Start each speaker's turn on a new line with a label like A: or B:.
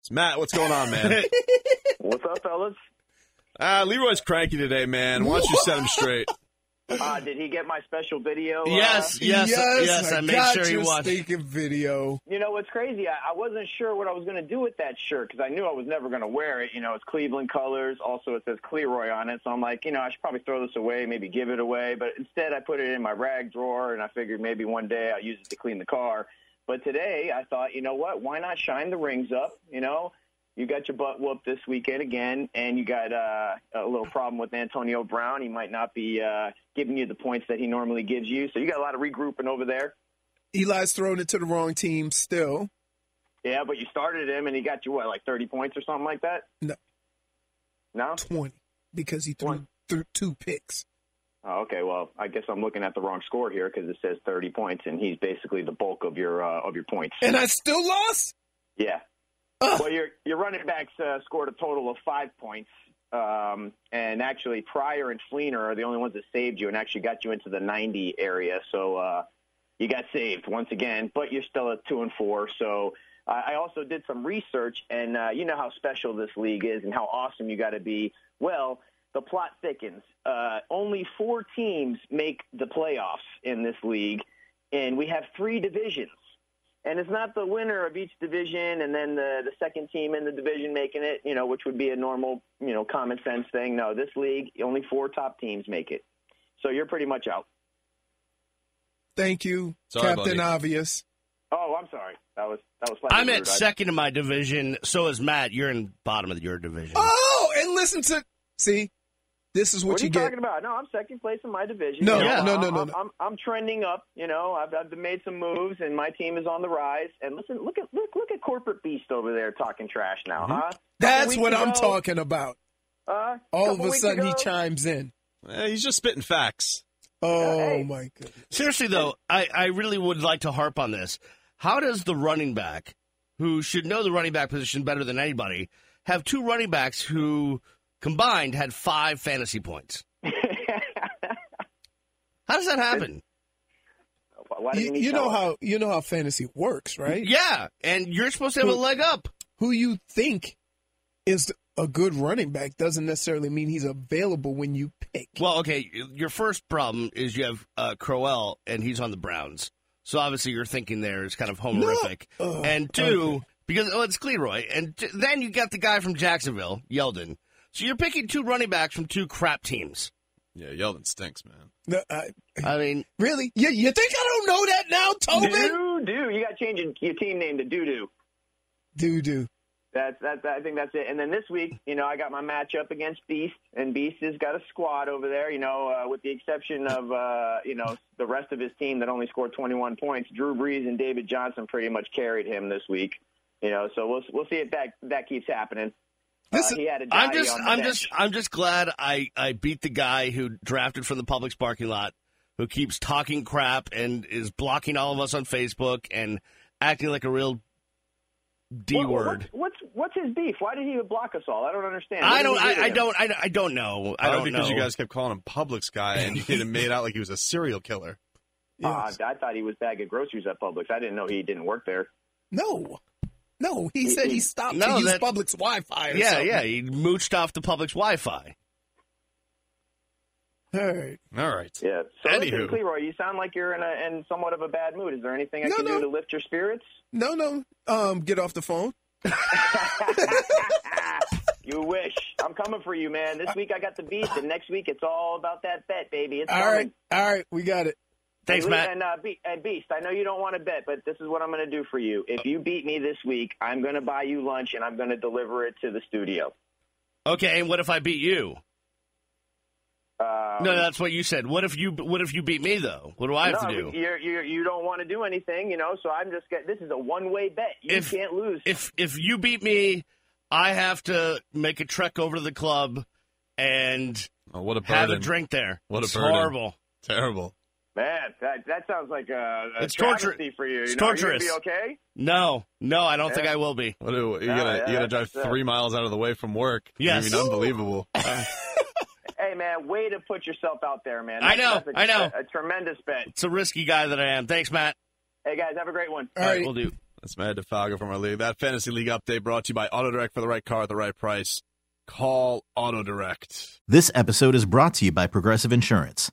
A: It's Matt, what's going on, man?
B: What's up, fellas?
C: Ah,
A: uh, Leroy's cranky today, man. Why don't you set him straight?
B: Uh, did he get my special video? uh,
D: Yes, yes, yes. I, made
E: got
D: sure he
E: your
D: watched.
E: stinking video.
B: You know what's crazy? I, I wasn't sure what I was going to do with that shirt because I knew I was never going to wear it. You know, it's Cleveland colors. Also, it says Cleroy on it. So I'm like, you know, I should probably throw this away, maybe give it away. But instead, I put it in my rag drawer, and I figured maybe one day I'll use it to clean the car. But today, I thought, you know what? Why not shine the rings up? You know, you got your butt whooped this weekend again, and you got uh, a little problem with Antonio Brown. He might not be uh, giving you the points that he normally gives you. So you got a lot of regrouping over there.
E: Eli's throwing it to the wrong team still.
B: Yeah, but you started him and he got you what, like thirty points or something like that?
E: No.
B: No?
E: 20 because he threw,
B: One.
E: threw two picks.
B: Oh, okay. Well, I guess I'm looking at the wrong score here because it says thirty points, and he's basically the bulk of your uh, of your points.
E: And I still lost?
B: yeah.
E: Ugh.
B: Well, your your running backs uh, scored a total of five points, um, and actually Pryor and Fleener are the only ones that saved you and actually got you into the ninety area. So uh, you got saved once again, but you're still at two and four. So I I also did some research, and uh, you know how special this league is and how awesome you got to be. Well, the plot thickens. Uh, only four teams make the playoffs in this league, and we have three divisions. And it's not the winner of each division, and then the the second team in the division making it, you know, which would be a normal, you know, common sense thing. No, this league only four top teams make it, so you're pretty much out.
E: Thank you,
A: Sorry,
E: Captain
A: buddy.
E: Obvious.
B: Oh, I'm sorry. That was that was. slightly
D: I'm at
B: rude. I-
D: second in my division. So is Matt. You're in bottom of your division.
E: Oh, and listen to. See, this is what,
B: What, are
E: you,
B: you
E: get.
B: talking about? No, I'm second place in my division.
E: No,
B: You know,
D: yeah.
E: no, no, no,
B: I'm,
E: no.
B: I'm, I'm trending up. You know, I've, I've made some moves, and my team is on the rise. And listen, look at look look at corporate beast over there talking trash now, huh?
E: Mm-hmm. That's
B: Couple
E: what
B: weeks
E: I'm
B: ago-
E: talking about.
B: Uh,
E: All
B: couple
E: of a
B: weeks
E: sudden, he
B: ago-
E: chimes in.
A: Eh, he's just spitting facts.
E: Oh
B: Hey.
E: my goodness!
D: Seriously though, I, I really would like to harp on this. How does the running back, who should know the running back position better than anybody, have two running backs who combined had five fantasy points? How does that happen?
B: Why
E: You,
B: didn't he
E: you
B: tell
E: know
B: us?
E: how you know how fantasy works, right?
D: Yeah, and you're supposed to have a leg up.
E: Who you think is a good running back doesn't necessarily mean he's available when you pick.
D: Well, okay, your first problem is you have uh, Crowell, and he's on the Browns. So obviously you're thinking there is kind of homerific.
E: Ugh,
D: and two, because oh, it's Cleroy. And t- then you got the guy from Jacksonville, Yeldon. So you're picking two running backs from two crap teams.
A: Yeah, Yeldon stinks, man.
E: No, I-
D: I mean,
E: really? You, you think I don't know that now, Tobin?
B: Doo doo. You got to change your- your team name to doo doo.
E: Doo doo.
B: That's that's I think that's it. And then this week, you know, I got my matchup against Beast, and Beast has got a squad over there. You know, uh, with the exception of uh, you know the rest of his team that only scored 21 points, Drew Brees and David Johnson pretty much carried him this week. You know, so we'll we'll see if that that keeps happening.
E: This
B: uh, he had a
D: I'm
B: Dottie
D: just,
B: on the
D: I'm
B: bench.
D: just, I'm just glad I, I beat the guy who drafted from the public's parking lot, who keeps talking crap and is blocking all of us on Facebook and acting like a real d
B: What- what-
D: word.
B: What's, what's his beef? Why did he even block us all? I don't understand. What
D: I
B: did
D: don't.
B: we do to
D: I, I
B: him?
D: don't. I, I don't know.
C: Oh,
D: I don't
A: Probably because
D: know.
A: you guys kept calling him Publix guy, and he made out like he was a serial killer.
B: Uh,
D: Ah.
E: Yes.
B: I thought he was bagging groceries at Publix. I didn't know he didn't work there.
E: No. No, he said he stopped
D: No,
E: to use
D: that-
E: Publix Wi-Fi. Or
D: yeah,
E: something.
D: yeah. He mooched off the public's Wi-Fi.
E: All right.
A: All right.
B: Yeah. So listen,
A: Anywho.
B: Cleroy, you sound like you're in a in somewhat of a bad mood. Is there anything I
E: No,
B: can
E: no.
B: do to lift your spirits?
E: No, no. Um, get off the phone.
B: You wish. I'm coming for you, man. This week I got the beast, and next week it's all about that bet, baby. It's
E: All
B: coming.
E: right, all right. We got it.
D: Thanks,
B: and, Lee-
D: Matt.
B: And, uh, Be- and Beast, I know you don't want to bet, but this is what I'm going to do for you. If you beat me this week, I'm going to buy you lunch, and I'm going to deliver it to the studio.
D: Okay, and what if I beat you?
B: Um,
D: no, that's what you said. What if you? What if you beat me though? What do I have
B: no,
D: to do?
B: You're, you're, you don't want to do anything, you know. So I'm just get. This is a one way bet. You
D: If-
B: can't lose.
D: If if you beat me, I have to make a trek over to the club and
C: Oh, what a burden.
D: have a drink there.
C: What a
D: it's
C: burden.
D: horrible.
C: Terrible.
B: Man, that that sounds like a, a
D: It's torture-
B: travesty for you. you
D: it's
B: know, are you gonna
D: torturous.
B: Be okay?
D: No, no, I don't think I will be.
C: What do you
B: Yeah,
C: gotta
B: yeah,
C: you gotta drive
B: that's, uh,
C: three miles out of the way from work?
D: Yes.
C: I mean, unbelievable.
B: Hey, man, way to put yourself out there, man.
D: I know,
B: That's a-
D: I know.
B: A, a tremendous bet.
D: It's a risky guy that I am. Thanks, Matt.
B: Hey guys, have a great one.
E: All right.
D: we'll do.
C: That's Matt DeFalco from our league. That fantasy league update brought to you by AutoDirect for the right car at the right price. Call AutoDirect.
F: This episode is brought to you by Progressive Insurance.